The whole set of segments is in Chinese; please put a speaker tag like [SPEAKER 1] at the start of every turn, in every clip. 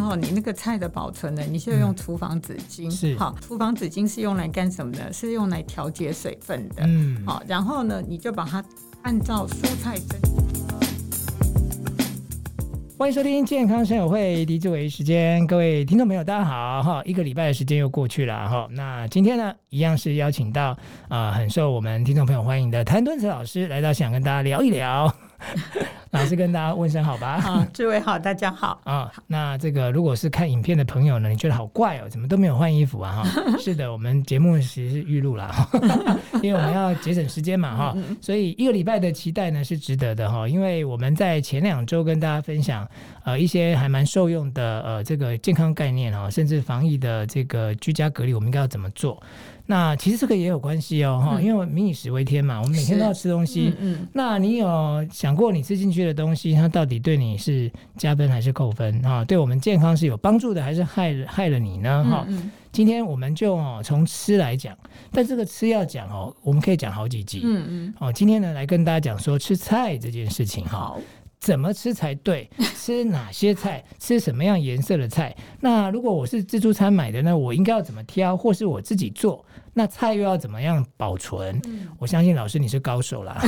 [SPEAKER 1] 后哦你那个菜的保存呢，你就用厨房纸巾。
[SPEAKER 2] 嗯是
[SPEAKER 1] 好，厨房纸巾是用来干什么呢？是用来调节水分的。
[SPEAKER 2] 嗯，
[SPEAKER 1] 好，然后呢，你就把它按照蔬菜 蒸。
[SPEAKER 2] 欢迎收听健康生友会狄志伟时间，各位听众朋友，大家好哈！一个礼拜的时间又过去了哈。那今天呢，一样是邀请到啊、呃很受我们听众朋友欢迎的谭敦慈老师来到，想跟大家聊一聊。 老师跟大家问声好吧。
[SPEAKER 1] 好，诸位啊好，大家好。
[SPEAKER 2] 啊、那这个如果是看影片的朋友呢，你觉得好怪哦，怎么都没有换衣服啊？哈， 是的，我们节目其实是预录啦，哈因为我们要节省时间嘛，哈，
[SPEAKER 1] 嗯
[SPEAKER 2] 所以一个礼拜的期待呢是值得的哈，因为我们在前两周跟大家分享呃一些还蛮受用的呃这个健康概念哈，甚至防疫的这个居家隔离我们应该要怎么做。那其实这个也有关系哦，哈，
[SPEAKER 1] 嗯
[SPEAKER 2] 因为民以食为天嘛，我们每天都要吃东西，
[SPEAKER 1] 嗯嗯，
[SPEAKER 2] 那你有想过你吃进去的东西，它到底对你是加分还是扣分啊？对我们健康是有帮助的，还是害了害了你呢？哈、
[SPEAKER 1] 嗯
[SPEAKER 2] 今天我们就哦从吃来讲，但这个吃要讲哦，我们可以讲好几集。
[SPEAKER 1] 嗯嗯，
[SPEAKER 2] 哦，今天呢来跟大家讲说吃菜这件事情哈，
[SPEAKER 1] 好，
[SPEAKER 2] 怎么吃才 对，吃哪些菜，吃什么样颜色的菜。那如果我是自助餐买的呢，我应该要怎么挑，或是我自己做？那菜又要怎么样保存？
[SPEAKER 1] 嗯
[SPEAKER 2] 我相信老师你是高 手啦，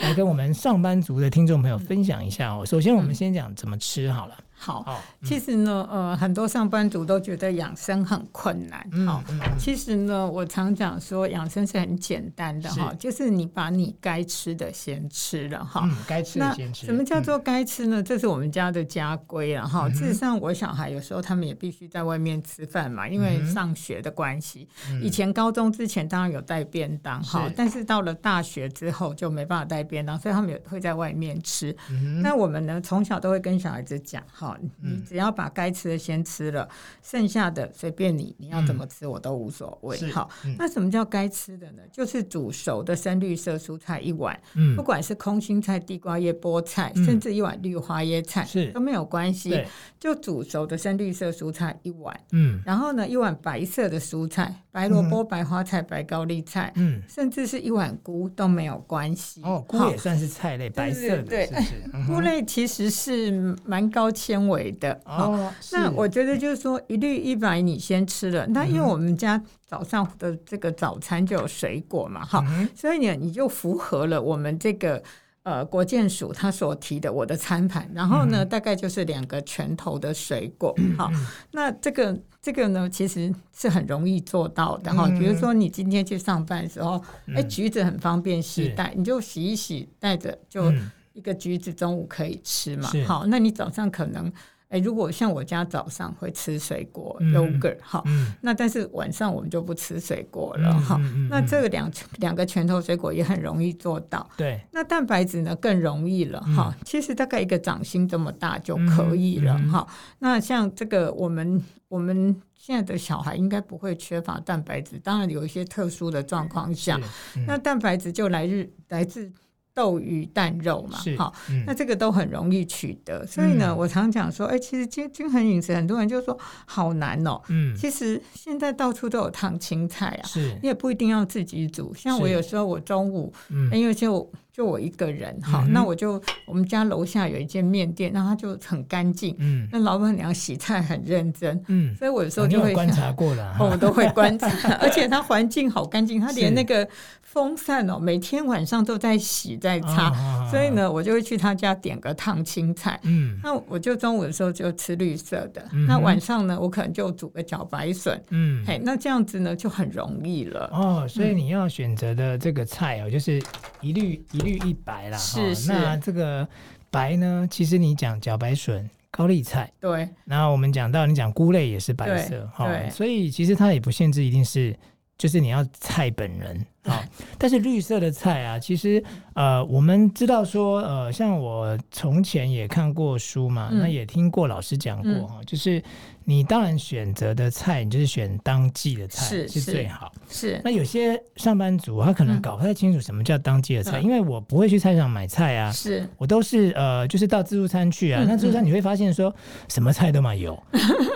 [SPEAKER 2] 来跟我们上班族的听众朋友分享一下哦。首先，我们先讲怎么吃好了。哦
[SPEAKER 1] 好。
[SPEAKER 2] 好，嗯
[SPEAKER 1] 其实呢，呃，很多上班族都觉得养生很困难。
[SPEAKER 2] 嗯
[SPEAKER 1] 好，
[SPEAKER 2] 嗯嗯
[SPEAKER 1] 其实呢，我常讲说养生是很简单的哈，就是你把你该吃的先吃了哈。
[SPEAKER 2] 嗯，该吃的
[SPEAKER 1] 那
[SPEAKER 2] 先吃。
[SPEAKER 1] 什么叫做该吃呢？这是我们家的家规了
[SPEAKER 2] 嗯
[SPEAKER 1] 哈。事实上，我小孩有时候他们也必须在外面吃饭嘛，
[SPEAKER 2] 嗯
[SPEAKER 1] 因为上学的关系。以前高中之前当然有带便当哈
[SPEAKER 2] 是，
[SPEAKER 1] 但是到了大学之后就没办法带便当，所以他们也会在外面吃。
[SPEAKER 2] 嗯？嗯
[SPEAKER 1] 那我们呢，从小都会跟小孩子讲，哈，你
[SPEAKER 2] 嗯
[SPEAKER 1] 只要把该吃的先吃了，剩下的随便你，你要怎么吃我都无所谓
[SPEAKER 2] 嗯是，
[SPEAKER 1] 哈
[SPEAKER 2] 嗯。
[SPEAKER 1] 那什么叫该吃的呢？就是煮熟的深绿色蔬菜一碗，
[SPEAKER 2] 嗯
[SPEAKER 1] 不管是空心菜、地瓜叶、菠菜，
[SPEAKER 2] 嗯
[SPEAKER 1] 甚至一碗绿花椰菜，
[SPEAKER 2] 是
[SPEAKER 1] 都没有关系
[SPEAKER 2] 对，，
[SPEAKER 1] 就煮熟的深绿色蔬菜一碗，
[SPEAKER 2] 嗯
[SPEAKER 1] 然后呢，一碗白色的蔬菜，白萝卜、白花菜、白高丽菜，
[SPEAKER 2] 嗯，
[SPEAKER 1] 甚至是一碗菇都没有关系。
[SPEAKER 2] 哦，菇
[SPEAKER 1] 哈
[SPEAKER 2] 也算是菜类，白色的，
[SPEAKER 1] 对
[SPEAKER 2] 是不是？ 嗯
[SPEAKER 1] 菇类其实是蛮高纤维的。哦
[SPEAKER 2] 哦，是嗯
[SPEAKER 1] 那我觉得就是说，一律一百你先吃了。那因为我们家早上的这个早餐就有水果嘛，哈、
[SPEAKER 2] 嗯
[SPEAKER 1] 所以你你就符合了我们这个呃国健署他所提的我的餐盘。然后
[SPEAKER 2] 嗯
[SPEAKER 1] 呢，大概就是两个拳头的水果，哈、那这个这个呢，其实是很容易做到的哈。
[SPEAKER 2] 嗯
[SPEAKER 1] 比如说你今天去上班的时候，哎、
[SPEAKER 2] 嗯
[SPEAKER 1] 橘子很方便携
[SPEAKER 2] 是
[SPEAKER 1] 带，你就洗一洗带着就。
[SPEAKER 2] 嗯
[SPEAKER 1] 一个橘子中午可以吃嘛
[SPEAKER 2] 是？
[SPEAKER 1] 好，那你早上可能，哎，如果像我家早上会吃水果、
[SPEAKER 2] 嗯
[SPEAKER 1] yogurt 好，
[SPEAKER 2] 嗯，
[SPEAKER 1] 那但是晚上我们就不吃水果了
[SPEAKER 2] 嗯
[SPEAKER 1] 哈。
[SPEAKER 2] 嗯嗯
[SPEAKER 1] 那
[SPEAKER 2] 嗯
[SPEAKER 1] 这个两两个拳头水果也很容易做到。
[SPEAKER 2] 对，
[SPEAKER 1] 那蛋白质呢更容易了
[SPEAKER 2] 嗯
[SPEAKER 1] 哈，其实大概一个掌心这么大就可以了
[SPEAKER 2] 嗯嗯
[SPEAKER 1] 哈。那像这个我们我们现在的小孩应该不会缺乏蛋白质，当然有一些特殊的状况下，
[SPEAKER 2] 是嗯
[SPEAKER 1] 那蛋白质就来日来自豆鱼蛋肉嘛
[SPEAKER 2] 是，
[SPEAKER 1] 好，
[SPEAKER 2] 嗯
[SPEAKER 1] 那这个都很容易取得。所以呢，
[SPEAKER 2] 嗯
[SPEAKER 1] 我常讲说，哎、其实均均衡饮食，很多人就说好难哦。
[SPEAKER 2] 嗯
[SPEAKER 1] 其实现在到处都有烫青菜啊，
[SPEAKER 2] 是
[SPEAKER 1] 你也不一定要自己煮。像我
[SPEAKER 2] 是
[SPEAKER 1] 有时候我中午，哎
[SPEAKER 2] 嗯
[SPEAKER 1] 因为就就我一个人哈，
[SPEAKER 2] 嗯
[SPEAKER 1] 那我就我们家楼下有一间面店，那它就很干净，
[SPEAKER 2] 嗯
[SPEAKER 1] 那老板娘洗菜很认真，
[SPEAKER 2] 嗯，
[SPEAKER 1] 所以我有时
[SPEAKER 2] 哦
[SPEAKER 1] 候
[SPEAKER 2] 你
[SPEAKER 1] 就
[SPEAKER 2] 有
[SPEAKER 1] 会
[SPEAKER 2] 观
[SPEAKER 1] 想
[SPEAKER 2] 察过了
[SPEAKER 1] 哦，
[SPEAKER 2] 哈，
[SPEAKER 1] 我都会观 察，而且它环境好干净，它连
[SPEAKER 2] 是
[SPEAKER 1] 那个风扇哦，每天晚上都在洗在擦，
[SPEAKER 2] 啊
[SPEAKER 1] 所以，呢，我就会去他家点个烫青菜。
[SPEAKER 2] 嗯
[SPEAKER 1] 那我就中午的时候就吃绿色的，
[SPEAKER 2] 嗯哼
[SPEAKER 1] 那晚上呢，我可能就煮个茭白笋，
[SPEAKER 2] 嗯，
[SPEAKER 1] 嘿，嗯那这样子呢就很容易了。
[SPEAKER 2] 哦，所以你要选择的这个菜哦，就是一律一律一白啦。
[SPEAKER 1] 是
[SPEAKER 2] 哦
[SPEAKER 1] 是
[SPEAKER 2] 那这个白呢，其实你讲茭白笋、高丽菜，
[SPEAKER 1] 对，
[SPEAKER 2] 然后我们讲到你讲菇类也是白
[SPEAKER 1] 对
[SPEAKER 2] 色哈、
[SPEAKER 1] 对
[SPEAKER 2] 所以其实它也不限制一定是。就是你要菜本 人啊、哦，但是绿色的菜啊，其实呃，我们知道说呃，像我从前也看过书嘛，
[SPEAKER 1] 嗯
[SPEAKER 2] 那也听过老师讲过
[SPEAKER 1] 嗯
[SPEAKER 2] 哈、哦就是你当然选择的菜，你就是选当季的菜
[SPEAKER 1] 是是
[SPEAKER 2] 最好。
[SPEAKER 1] 是
[SPEAKER 2] 那有些上班族他可能
[SPEAKER 1] 嗯
[SPEAKER 2] 搞不太清楚什么叫当季的菜，
[SPEAKER 1] 嗯
[SPEAKER 2] 因为我不会去菜市场买菜啊。
[SPEAKER 1] 是，
[SPEAKER 2] 我都是呃，就是到自助餐去啊。
[SPEAKER 1] 嗯
[SPEAKER 2] 那自助餐你会发现说，什么菜都嘛 有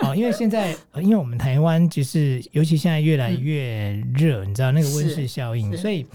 [SPEAKER 2] 哦，因为现在、呃因为我们台湾就是，尤其现在越来越热，你知道那个温室
[SPEAKER 1] 是
[SPEAKER 2] 效应，
[SPEAKER 1] 是
[SPEAKER 2] 所以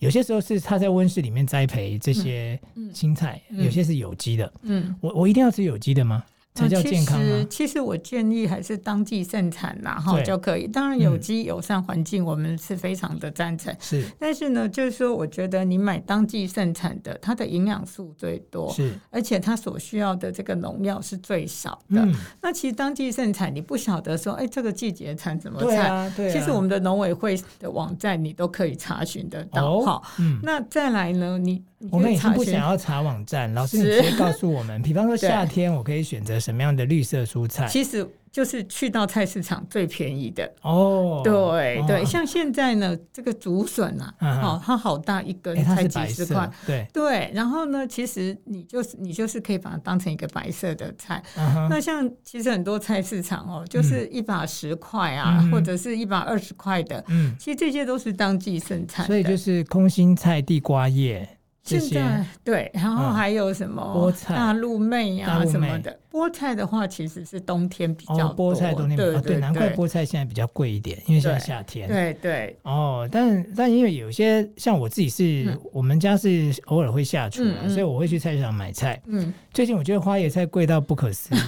[SPEAKER 2] 有些时候是他在温室里面栽培这些
[SPEAKER 1] 嗯嗯
[SPEAKER 2] 青菜，有些是有机的。
[SPEAKER 1] 嗯，
[SPEAKER 2] 我我一定要吃有机的吗？才叫健康
[SPEAKER 1] 呃
[SPEAKER 2] 啊
[SPEAKER 1] 其实，。其实我建议还是当季盛产啦，哈
[SPEAKER 2] 对嗯
[SPEAKER 1] 就可以。当然，有机友善环境我们是非常的赞成，
[SPEAKER 2] 是
[SPEAKER 1] 但是呢，就是说，我觉得你买当季盛产的，它的营养素最多，
[SPEAKER 2] 是，
[SPEAKER 1] 而且它所需要的这个农药是最少的。
[SPEAKER 2] 嗯，
[SPEAKER 1] 那其实当季盛产，你不晓得说，哎，这个季节产什么
[SPEAKER 2] 对
[SPEAKER 1] 菜？
[SPEAKER 2] 啊，对啊。
[SPEAKER 1] 其实我们的农委会的网站你都可以查询得到。
[SPEAKER 2] 哦
[SPEAKER 1] 好，
[SPEAKER 2] 嗯，
[SPEAKER 1] 那再来呢，你你
[SPEAKER 2] 我们
[SPEAKER 1] 去
[SPEAKER 2] 也是
[SPEAKER 1] 查
[SPEAKER 2] 不
[SPEAKER 1] 询
[SPEAKER 2] 想要查网站，老师你
[SPEAKER 1] 是
[SPEAKER 2] 直接告诉我们，比方说
[SPEAKER 1] 对
[SPEAKER 2] 夏天我可以选择什么样的绿色蔬菜？
[SPEAKER 1] 其实就是去到菜市场最便宜的。
[SPEAKER 2] 哦，
[SPEAKER 1] 对对，
[SPEAKER 2] 哦
[SPEAKER 1] 像现在呢，这个竹笋啊，
[SPEAKER 2] 嗯哼
[SPEAKER 1] 哦，它好大一根
[SPEAKER 2] 哎，，它
[SPEAKER 1] 才
[SPEAKER 2] 是
[SPEAKER 1] 几
[SPEAKER 2] 白
[SPEAKER 1] 十
[SPEAKER 2] 色
[SPEAKER 1] 块
[SPEAKER 2] 的。，对，
[SPEAKER 1] 对，然后呢，其实你就是你就是可以把它当成一个白色的菜。
[SPEAKER 2] 嗯哼，
[SPEAKER 1] 那像其实很多菜市场哦，就是一把十块啊，
[SPEAKER 2] 嗯
[SPEAKER 1] 或者是一把二十块的，
[SPEAKER 2] 嗯，
[SPEAKER 1] 其实这些都是当季盛产的。
[SPEAKER 2] 所以就是空心菜、地瓜叶这
[SPEAKER 1] 现在
[SPEAKER 2] 些，哦嗯
[SPEAKER 1] 对，然后还有什么
[SPEAKER 2] 菠菜
[SPEAKER 1] 大陆妹
[SPEAKER 2] 大
[SPEAKER 1] 啊
[SPEAKER 2] 陆妹
[SPEAKER 1] 什么的。菠菜的话，其实是冬天比较
[SPEAKER 2] 哦，
[SPEAKER 1] 多，
[SPEAKER 2] 菠菜冬天比
[SPEAKER 1] 对
[SPEAKER 2] 较对，难怪菠菜现在比较贵一点，因为现在
[SPEAKER 1] 对
[SPEAKER 2] 夏天。
[SPEAKER 1] 对对，
[SPEAKER 2] 哦，但但因为有些像我自己是，
[SPEAKER 1] 嗯
[SPEAKER 2] 我们家是偶尔会下厨、啊，
[SPEAKER 1] 嗯嗯
[SPEAKER 2] 所以我会去菜市场买菜。
[SPEAKER 1] 嗯，
[SPEAKER 2] 最近我觉得花椰菜贵到不可 思议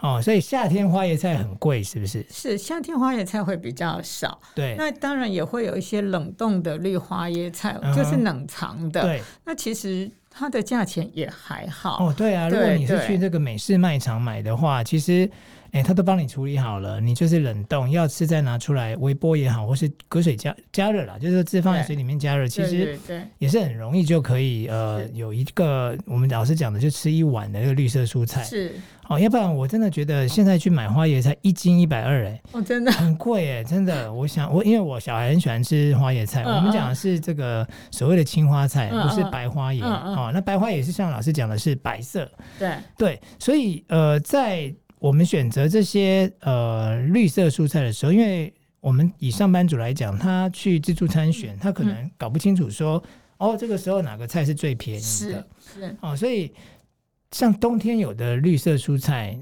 [SPEAKER 2] 哦，所以夏天花椰菜很贵，是不是？
[SPEAKER 1] 是夏天花椰菜会比较少，
[SPEAKER 2] 对
[SPEAKER 1] 那当然也会有一些冷冻的绿花椰菜
[SPEAKER 2] 嗯，哼
[SPEAKER 1] 就是冷藏的。
[SPEAKER 2] 对
[SPEAKER 1] 那其实它的价钱也还好。
[SPEAKER 2] 哦，对啊，如
[SPEAKER 1] 对
[SPEAKER 2] 果你是
[SPEAKER 1] 对
[SPEAKER 2] 去这个美式卖场买的话，其实哎，他都帮你处理好了，你就是冷冻，要吃再拿出来微波也好，或是隔水加加热啦，就是说自放在
[SPEAKER 1] 对
[SPEAKER 2] 水里面加热，其
[SPEAKER 1] 对
[SPEAKER 2] 实
[SPEAKER 1] 对对
[SPEAKER 2] 也是很容易就可以呃
[SPEAKER 1] 是
[SPEAKER 2] 有一个我们老师讲的，就吃一碗的那个绿色蔬菜。
[SPEAKER 1] 是
[SPEAKER 2] 哦，要不然我真的觉得现在去买花椰菜一斤一百二，哎，
[SPEAKER 1] 哦，真的
[SPEAKER 2] 很贵哎，真的。我想我因为我小孩很喜欢吃花椰菜，
[SPEAKER 1] 嗯
[SPEAKER 2] 我们讲的是这个所谓的青花菜，
[SPEAKER 1] 嗯
[SPEAKER 2] 不是白花椰。
[SPEAKER 1] 嗯嗯嗯
[SPEAKER 2] 哦，那白花椰是像老师讲的是白色，
[SPEAKER 1] 对
[SPEAKER 2] 对，所以呃，在我们选择这些呃绿色蔬菜的时候，因为我们以上班族来讲，他去自助餐选，
[SPEAKER 1] 嗯
[SPEAKER 2] 他可能搞不清楚说，哦，这个时候哪个菜是最便宜
[SPEAKER 1] 是
[SPEAKER 2] 的
[SPEAKER 1] 是
[SPEAKER 2] 哦，所以像冬天有的绿色蔬菜，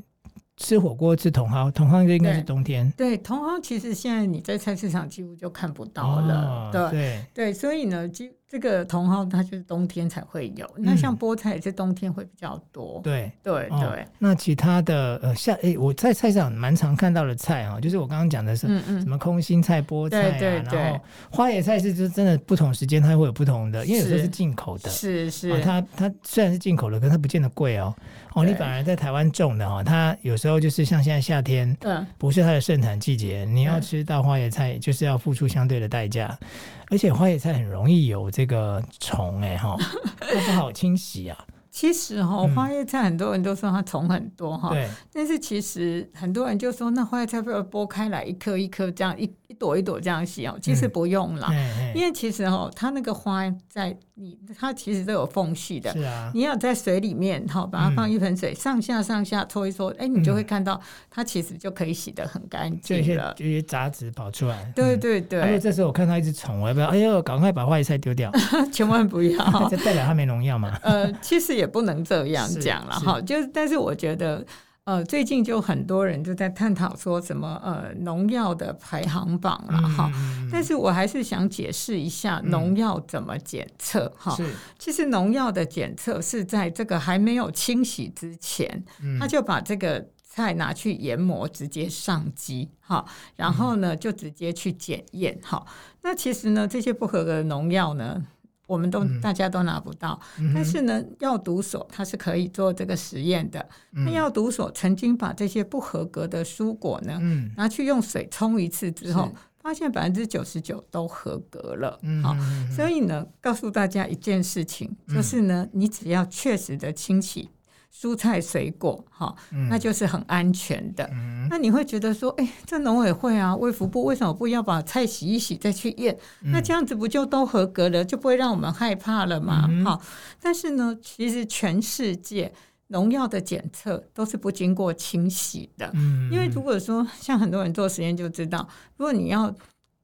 [SPEAKER 2] 吃火锅吃茼蒿，茼蒿就应该是
[SPEAKER 1] 对
[SPEAKER 2] 冬天
[SPEAKER 1] 对，茼蒿其实现在你在菜市场几乎就看不到了，
[SPEAKER 2] 哦
[SPEAKER 1] 对。
[SPEAKER 2] 对
[SPEAKER 1] 对，所以呢，基这个茼蒿它就是冬天才会有，那像菠菜也是冬天会比较多。
[SPEAKER 2] 嗯对
[SPEAKER 1] 对
[SPEAKER 2] 哦
[SPEAKER 1] 对，
[SPEAKER 2] 那其他的呃，像诶，我在菜市场蛮常看到的菜哦，就是我刚刚讲的是
[SPEAKER 1] 嗯
[SPEAKER 2] 什
[SPEAKER 1] 嗯，
[SPEAKER 2] 么空心菜、菠菜啊，
[SPEAKER 1] 对对对
[SPEAKER 2] 然后花椰菜是就真的不同时间它会有不同的，因为有时候
[SPEAKER 1] 是
[SPEAKER 2] 是进口的，
[SPEAKER 1] 是
[SPEAKER 2] 啊
[SPEAKER 1] 是，
[SPEAKER 2] 它它虽然是进口的，可是它不见得贵哦。哦，你
[SPEAKER 1] 对
[SPEAKER 2] 反而在台湾种的哦，它有时候就是像现在夏天
[SPEAKER 1] 嗯，
[SPEAKER 2] 不是它的盛产季节，你要
[SPEAKER 1] 嗯
[SPEAKER 2] 吃到花椰菜就是要付出相对的代价，而且花椰菜很容易有这个虫 哎哈，它不好清洗啊。
[SPEAKER 1] 其实哈、哦
[SPEAKER 2] 嗯，
[SPEAKER 1] 花椰菜很多人都说它虫很多哈、
[SPEAKER 2] 对，
[SPEAKER 1] 但是其实很多人就说，那花椰菜被我剥开来，一颗一颗这样，一一朵一朵这样洗哦。其
[SPEAKER 2] 嗯
[SPEAKER 1] 实不用啦，
[SPEAKER 2] 哎
[SPEAKER 1] 因为其实哦，它那个花在你它其实都有缝隙
[SPEAKER 2] 哎，
[SPEAKER 1] 的
[SPEAKER 2] 是。啊，
[SPEAKER 1] 你要在水里面哈，把它放一盆水，上下上下搓一搓，哎、你就会看到它其实就可以洗得很干
[SPEAKER 2] 这些
[SPEAKER 1] 净了。
[SPEAKER 2] 这些杂质跑出来。
[SPEAKER 1] 对
[SPEAKER 2] 嗯
[SPEAKER 1] 对
[SPEAKER 2] 啊如果
[SPEAKER 1] 对，
[SPEAKER 2] 这时候我看到一只虫，我要不要？哎呦，赶快把花椰菜丢掉，
[SPEAKER 1] 千万不要
[SPEAKER 2] 哎这。代表它嗯 没农 药嘛？
[SPEAKER 1] 呃，其实也不能这样
[SPEAKER 2] 是
[SPEAKER 1] 讲了
[SPEAKER 2] 是
[SPEAKER 1] 哈，就是但是我觉得。呃，最近就很多人就在探讨说什么呃农药的排行榜了哈，
[SPEAKER 2] 嗯
[SPEAKER 1] 但是我还是想解释一下
[SPEAKER 2] 嗯
[SPEAKER 1] 农药怎么检测哈。
[SPEAKER 2] 是，
[SPEAKER 1] 其实农药的检测是在这个还没有清洗之前，
[SPEAKER 2] 嗯
[SPEAKER 1] 他就把这个菜拿去研磨，直接上机哈，然后呢
[SPEAKER 2] 嗯
[SPEAKER 1] 就直接去检验哈。那其实呢，这些不合格的农药呢。我们都
[SPEAKER 2] 嗯
[SPEAKER 1] 大家都拿不到，
[SPEAKER 2] 嗯哼
[SPEAKER 1] 但是呢，药毒所它是可以做这个实验的。那
[SPEAKER 2] 嗯
[SPEAKER 1] 药毒所曾经把这些不合格的蔬果呢，
[SPEAKER 2] 嗯
[SPEAKER 1] 拿去用水冲一次之后
[SPEAKER 2] 是，
[SPEAKER 1] 发现百分之九十九都合格了。
[SPEAKER 2] 嗯
[SPEAKER 1] 好，
[SPEAKER 2] 嗯
[SPEAKER 1] 所以呢，告诉大家一件事情，就是呢，你只要确实的清洗蔬菜水果，哈，
[SPEAKER 2] 嗯
[SPEAKER 1] 那就是很安全的。
[SPEAKER 2] 嗯
[SPEAKER 1] 那你会觉得说，哎、这农委会啊，卫福部为什么不要把菜洗一洗再去验？
[SPEAKER 2] 嗯
[SPEAKER 1] 那这样子不就都合格了，就不会让我们害怕了嘛？
[SPEAKER 2] 嗯
[SPEAKER 1] 哈、但是呢，其实全世界农药的检测都是不经过清洗的。
[SPEAKER 2] 嗯
[SPEAKER 1] 因为如果说像很多人做实验就知道，如果你要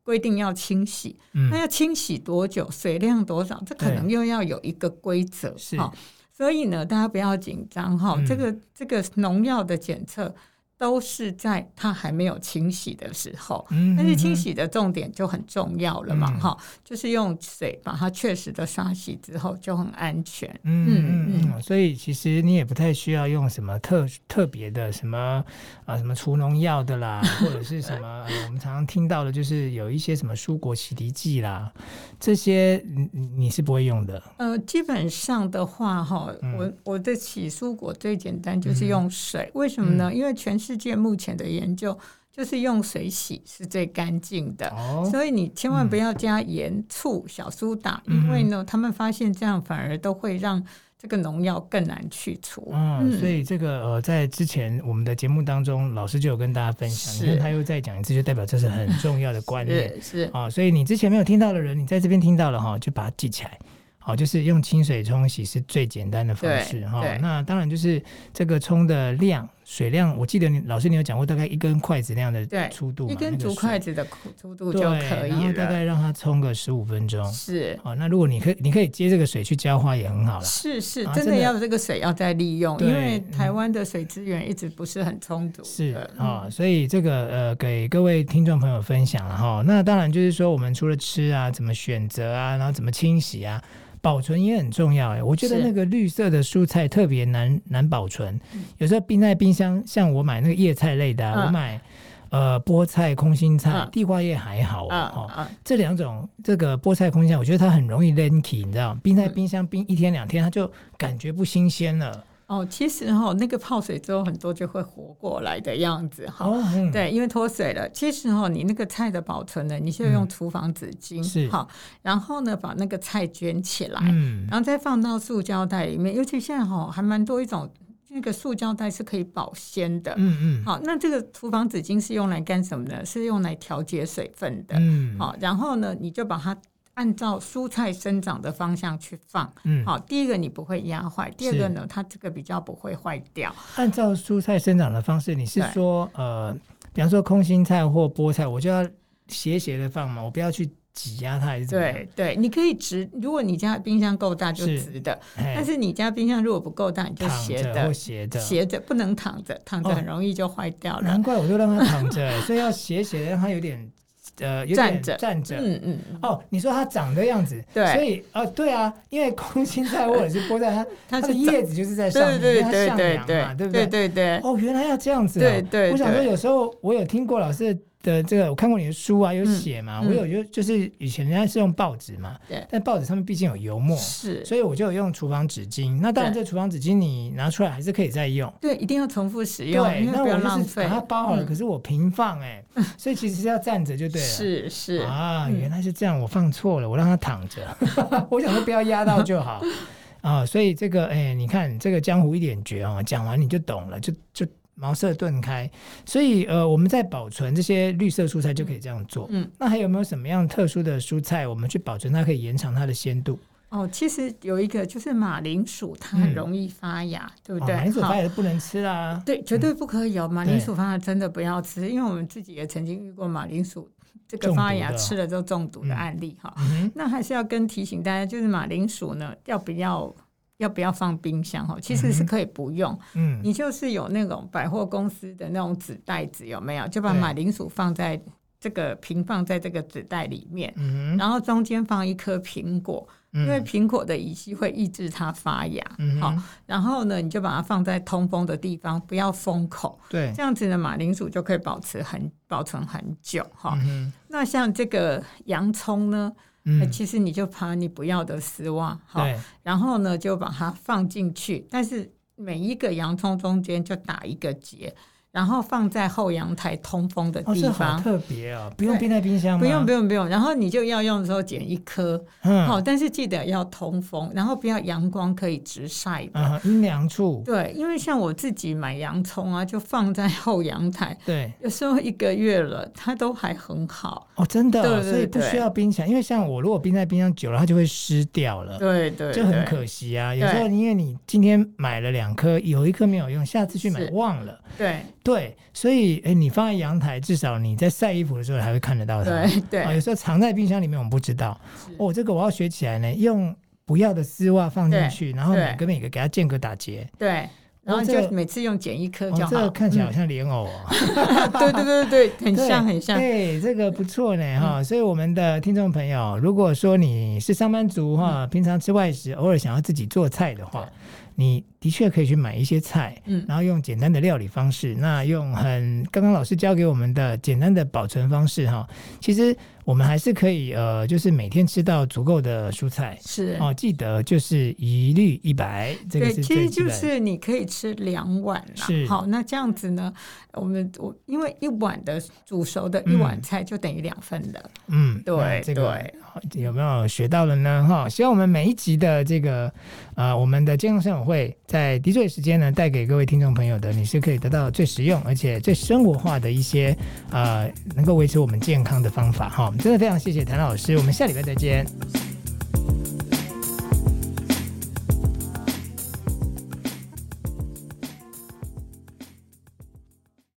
[SPEAKER 1] 规定要清洗，
[SPEAKER 2] 嗯
[SPEAKER 1] 那要清洗多久，水量多少，这可
[SPEAKER 2] 对
[SPEAKER 1] 能又要有一个规则
[SPEAKER 2] 是
[SPEAKER 1] 哈。所以呢，大家不要紧张哈
[SPEAKER 2] 嗯，
[SPEAKER 1] 这个这个农药的检测。都是在它还没有清洗的时候。
[SPEAKER 2] 嗯，
[SPEAKER 1] 但是清
[SPEAKER 2] 嗯
[SPEAKER 1] 洗的重点就很重要了嘛，
[SPEAKER 2] 嗯
[SPEAKER 1] 哈、就是用水把它确实的刷洗之后就很安全。
[SPEAKER 2] 嗯
[SPEAKER 1] 嗯
[SPEAKER 2] 嗯嗯，所以其实你也不太需要用什么特特别的什么啊什么除农药的 啦，或者是什么、呃我们常常听到的，就是有一些什么蔬果洗涤剂啦，这些你你你是不会用的。
[SPEAKER 1] 呃，基本上的话，哈，
[SPEAKER 2] 嗯
[SPEAKER 1] 我我的洗蔬果最简单就是用水，为什么呢？
[SPEAKER 2] 嗯
[SPEAKER 1] 因为全世界目前的研究就是用水洗是最干净的。
[SPEAKER 2] 哦，
[SPEAKER 1] 所以你千万不要加盐、醋、小苏打，
[SPEAKER 2] 嗯
[SPEAKER 1] 因为呢，他们发现这样反而都会让这个农药更难去除。
[SPEAKER 2] 嗯，所以这个呃，在之前我们的节目当中，老师就有跟大家分享，你看
[SPEAKER 1] 是
[SPEAKER 2] 他又再讲一次，就代表这是很重要的观念。
[SPEAKER 1] 是是，
[SPEAKER 2] 啊、所以你之前没有听到的人，你在这边听到了哈，就把它记起来。好，就是用清水冲洗是最简单的方
[SPEAKER 1] 对
[SPEAKER 2] 式哈
[SPEAKER 1] 对。
[SPEAKER 2] 那当然就是这个冲的量，水量，我记得你老师你有讲过，大概一根筷子那样的
[SPEAKER 1] 对
[SPEAKER 2] 粗度嘛，
[SPEAKER 1] 一根
[SPEAKER 2] 那个
[SPEAKER 1] 竹
[SPEAKER 2] 水
[SPEAKER 1] 筷子的粗度
[SPEAKER 2] 对，
[SPEAKER 1] 就可
[SPEAKER 2] 然
[SPEAKER 1] 以
[SPEAKER 2] 后大
[SPEAKER 1] 了。
[SPEAKER 2] 概让它冲个十五分钟。
[SPEAKER 1] 是
[SPEAKER 2] 好，那如果你可以，你可以接这个水去浇花也很好啦。
[SPEAKER 1] 是是
[SPEAKER 2] 啊，
[SPEAKER 1] 真
[SPEAKER 2] 真
[SPEAKER 1] 的
[SPEAKER 2] 的
[SPEAKER 1] 要这个水要再利用，
[SPEAKER 2] 对
[SPEAKER 1] 因为
[SPEAKER 2] 嗯
[SPEAKER 1] 台湾的水资源一直不是很充足。
[SPEAKER 2] 是
[SPEAKER 1] 的
[SPEAKER 2] 啊、所以这个呃，给各位听众朋友分享了哈。那当然就是说，我们除了吃啊，怎么选择啊，然后怎么清洗啊，保存也很重要哎。我觉得
[SPEAKER 1] 是
[SPEAKER 2] 那个绿色的蔬菜特别难难保存，有时候冰在冰箱，像我买那个叶菜类的啊、
[SPEAKER 1] 嗯
[SPEAKER 2] 我买呃菠菜、空心菜、
[SPEAKER 1] 嗯
[SPEAKER 2] 地瓜叶还好
[SPEAKER 1] 啊
[SPEAKER 2] 哦。哦
[SPEAKER 1] 啊，
[SPEAKER 2] 这两种这个菠菜、空心菜，我觉得它很容易 lanky，你知道，冰在冰箱冰一天两天，它就感觉不新鲜了。
[SPEAKER 1] 哦，其实哈、那个泡水之后很多就会活过来的样子哈。
[SPEAKER 2] 哦，嗯，
[SPEAKER 1] 对，因为脱水了。其实哈、你那个菜的保存呢，你就用厨房纸巾，
[SPEAKER 2] 嗯是
[SPEAKER 1] 好，然后呢把那个菜卷起来，
[SPEAKER 2] 嗯，
[SPEAKER 1] 然后再放到塑胶袋里面。尤其现在哈、还蛮多一种那个塑胶袋是可以保鲜的。
[SPEAKER 2] 嗯嗯，
[SPEAKER 1] 好，那这个厨房纸巾是用来干什么呢？是用来调节水分的。
[SPEAKER 2] 嗯，
[SPEAKER 1] 好，然后呢，你就把它按照蔬菜生长的方向去放。
[SPEAKER 2] 嗯，
[SPEAKER 1] 好，第一个你不会压坏，第二
[SPEAKER 2] 是
[SPEAKER 1] 个呢，它这个比较不会坏掉。
[SPEAKER 2] 按照蔬菜生长的方式，你是
[SPEAKER 1] 对
[SPEAKER 2] 说呃，比方说空心菜或菠菜，我就要斜斜的放嘛，我不要去挤压它，还是怎么样？
[SPEAKER 1] 对对，你可以直，如果你家冰箱够大就是直的，
[SPEAKER 2] 哎，
[SPEAKER 1] 但是你家冰箱如果不够大，你就
[SPEAKER 2] 躺
[SPEAKER 1] 斜
[SPEAKER 2] 着或
[SPEAKER 1] 的，
[SPEAKER 2] 斜的。
[SPEAKER 1] 斜着不能躺着，躺
[SPEAKER 2] 哦
[SPEAKER 1] 着很容易就坏掉了。
[SPEAKER 2] 难怪我就让它躺着， 所以要斜斜的，让它有点呃，有点
[SPEAKER 1] 站着
[SPEAKER 2] 站着。
[SPEAKER 1] 嗯嗯，嗯
[SPEAKER 2] 哦，你说它长的样子，
[SPEAKER 1] 对
[SPEAKER 2] 所以呃，对啊，因为空心菜或者是菠菜，它
[SPEAKER 1] 它
[SPEAKER 2] 它
[SPEAKER 1] 是
[SPEAKER 2] 的
[SPEAKER 1] 长
[SPEAKER 2] 叶子就是在上
[SPEAKER 1] 对
[SPEAKER 2] 面，
[SPEAKER 1] 对
[SPEAKER 2] 因为它向
[SPEAKER 1] 对
[SPEAKER 2] 阳
[SPEAKER 1] 对
[SPEAKER 2] 嘛，对不
[SPEAKER 1] 对对对，
[SPEAKER 2] 哦，原来要这样子、哦。
[SPEAKER 1] 对对
[SPEAKER 2] 我想说，
[SPEAKER 1] 对
[SPEAKER 2] 有时候我有听过老师的这个，我看过你的书啊，有写嘛。
[SPEAKER 1] 嗯
[SPEAKER 2] 我有就就是以前人家是用报纸嘛，
[SPEAKER 1] 对
[SPEAKER 2] 但报纸上面毕竟有油墨，
[SPEAKER 1] 是。
[SPEAKER 2] 所以我就有用厨房纸巾。那当然，这
[SPEAKER 1] 对
[SPEAKER 2] 厨房纸巾你拿出来还是可以再用。
[SPEAKER 1] 对，一定要重复使用，
[SPEAKER 2] 对，
[SPEAKER 1] 因为
[SPEAKER 2] 那
[SPEAKER 1] 不
[SPEAKER 2] 我
[SPEAKER 1] 要
[SPEAKER 2] 就
[SPEAKER 1] 浪
[SPEAKER 2] 是把
[SPEAKER 1] 费。
[SPEAKER 2] 它包好了，
[SPEAKER 1] 嗯
[SPEAKER 2] 可是我平放 哎、所以其实是要站着就对了。
[SPEAKER 1] 是是，
[SPEAKER 2] 啊，
[SPEAKER 1] 嗯
[SPEAKER 2] 原来是这样，我放错了，我让它躺着， 我想说不要压到就好啊。所以这个，哎、你看这个江湖一点绝哦，讲完你就懂了，就就茅塞顿开。所以呃，我们在保存这些绿色蔬菜就可以这样做。
[SPEAKER 1] 嗯嗯
[SPEAKER 2] 那还有没有什么样特殊的蔬菜，我们去保存它可以延长它的鲜度？
[SPEAKER 1] 哦，其实有一个就是马铃薯，它
[SPEAKER 2] 嗯
[SPEAKER 1] 很容易发芽，对不
[SPEAKER 2] 啊
[SPEAKER 1] 对？
[SPEAKER 2] 马铃薯
[SPEAKER 1] 好
[SPEAKER 2] 发也不能吃啦。
[SPEAKER 1] 对，绝对不可以哦。马
[SPEAKER 2] 对
[SPEAKER 1] 铃薯发芽真的不要吃，因为我们自己也曾经遇过马铃薯这
[SPEAKER 2] 中
[SPEAKER 1] 个
[SPEAKER 2] 毒
[SPEAKER 1] 发芽
[SPEAKER 2] 的
[SPEAKER 1] 吃了之后中毒
[SPEAKER 2] 嗯
[SPEAKER 1] 的案例哈。
[SPEAKER 2] 嗯
[SPEAKER 1] 那还是要跟提醒大家，就是马铃薯呢，要不要要不要放冰箱哈？其实是
[SPEAKER 2] 嗯哼
[SPEAKER 1] 可以不用，
[SPEAKER 2] 嗯
[SPEAKER 1] 你就是有那种百货公司的那种纸袋子有没有？就把
[SPEAKER 2] 对
[SPEAKER 1] 马铃薯放在这个平放在这个纸袋里面。
[SPEAKER 2] 嗯
[SPEAKER 1] 然后中间放一颗苹果，因为
[SPEAKER 2] 嗯
[SPEAKER 1] 苹果的乙烯会抑制它发芽。
[SPEAKER 2] 嗯
[SPEAKER 1] 好
[SPEAKER 2] 哼，
[SPEAKER 1] 然后呢，你就把它放在通风的地方，不要封口，
[SPEAKER 2] 对
[SPEAKER 1] 这，样子呢，马铃薯就可以保持很保存很久哈。
[SPEAKER 2] 嗯
[SPEAKER 1] 那像这个洋葱呢，
[SPEAKER 2] 哼
[SPEAKER 1] 呃
[SPEAKER 2] 嗯
[SPEAKER 1] 其实你就把你不要的丝袜哈，
[SPEAKER 2] 对，
[SPEAKER 1] 然后呢就把它放进去，但是每一个洋葱中间就打一个结，然后放在后阳台通风的
[SPEAKER 2] 哦，这
[SPEAKER 1] 地
[SPEAKER 2] 好
[SPEAKER 1] 方。
[SPEAKER 2] 特别哦，不用
[SPEAKER 1] 对
[SPEAKER 2] 冰在冰箱吗？
[SPEAKER 1] 不用不用不用，然后你就要用的时候剪一颗，
[SPEAKER 2] 嗯
[SPEAKER 1] 好、但是记得要通风，然后不要阳光可以直晒的。
[SPEAKER 2] 啊，阴凉处，
[SPEAKER 1] 对，因为像我自己买洋葱啊，就放在后阳台，
[SPEAKER 2] 对，
[SPEAKER 1] 有时候一个月了，它都还很好。
[SPEAKER 2] 哦，真的哦、
[SPEAKER 1] 对对
[SPEAKER 2] 所以不
[SPEAKER 1] 对
[SPEAKER 2] 需要冰起来，因为像我如果冰在冰箱久了，它就会湿掉了，
[SPEAKER 1] 对对
[SPEAKER 2] 嗯就很
[SPEAKER 1] 对
[SPEAKER 2] 可惜啊。
[SPEAKER 1] 对
[SPEAKER 2] 有时候因为你今天买了两颗，有一颗没有用，下次去买
[SPEAKER 1] 是
[SPEAKER 2] 忘了。
[SPEAKER 1] 对
[SPEAKER 2] 对，所以哎，你放在阳台，至少你在晒衣服的时候还会看得到它。
[SPEAKER 1] 对
[SPEAKER 2] 啊，
[SPEAKER 1] 对
[SPEAKER 2] 有时候藏在冰箱里面，我们不知道
[SPEAKER 1] 是。
[SPEAKER 2] 哦，这个我要学起来呢，用不要的丝袜放进
[SPEAKER 1] 对
[SPEAKER 2] 去，然后
[SPEAKER 1] 对
[SPEAKER 2] 每个每个给它间隔打结。
[SPEAKER 1] 对，然后
[SPEAKER 2] 这
[SPEAKER 1] 就
[SPEAKER 2] 个
[SPEAKER 1] 每次用简易课
[SPEAKER 2] 哦
[SPEAKER 1] 就
[SPEAKER 2] 这
[SPEAKER 1] 好。
[SPEAKER 2] 个看起
[SPEAKER 1] 嗯
[SPEAKER 2] 来好像莲藕、哦。
[SPEAKER 1] 对对对对，对很
[SPEAKER 2] 对
[SPEAKER 1] 像很像。嗯
[SPEAKER 2] 对，这个不错呢哈、所以我们的听众朋友，如果说你是上班族哈，平常吃外食，偶尔想要自己做菜的话
[SPEAKER 1] 嗯对，
[SPEAKER 2] 你的确可以去买一些菜，
[SPEAKER 1] 嗯
[SPEAKER 2] 然后用简单的料理方式，那用很刚刚老师教给我们的简单的保存方式哈，其实我们还是可以呃，就是每天吃到足够的蔬菜
[SPEAKER 1] 是。
[SPEAKER 2] 哦，记得就是一律一百，这个
[SPEAKER 1] 对，
[SPEAKER 2] 是
[SPEAKER 1] 其
[SPEAKER 2] 最
[SPEAKER 1] 实
[SPEAKER 2] 基
[SPEAKER 1] 就
[SPEAKER 2] 本
[SPEAKER 1] 是你可以吃两碗啦
[SPEAKER 2] 是。
[SPEAKER 1] 好，那这样子呢，我们我因为一碗的煮熟的一碗菜就等于两份了。
[SPEAKER 2] 嗯，
[SPEAKER 1] 对
[SPEAKER 2] 那嗯这个
[SPEAKER 1] 对
[SPEAKER 2] 好有没有学到了呢？哈，希望我们每一集的这个呃，我们的健康生活会在滴水时间呢，带给各位听众朋友的，你是可以得到最实用而且最生活化的一些呃，能够维持我们健康的方法哈。真的非常谢谢谭老师，我们下礼拜再见。
[SPEAKER 1] 下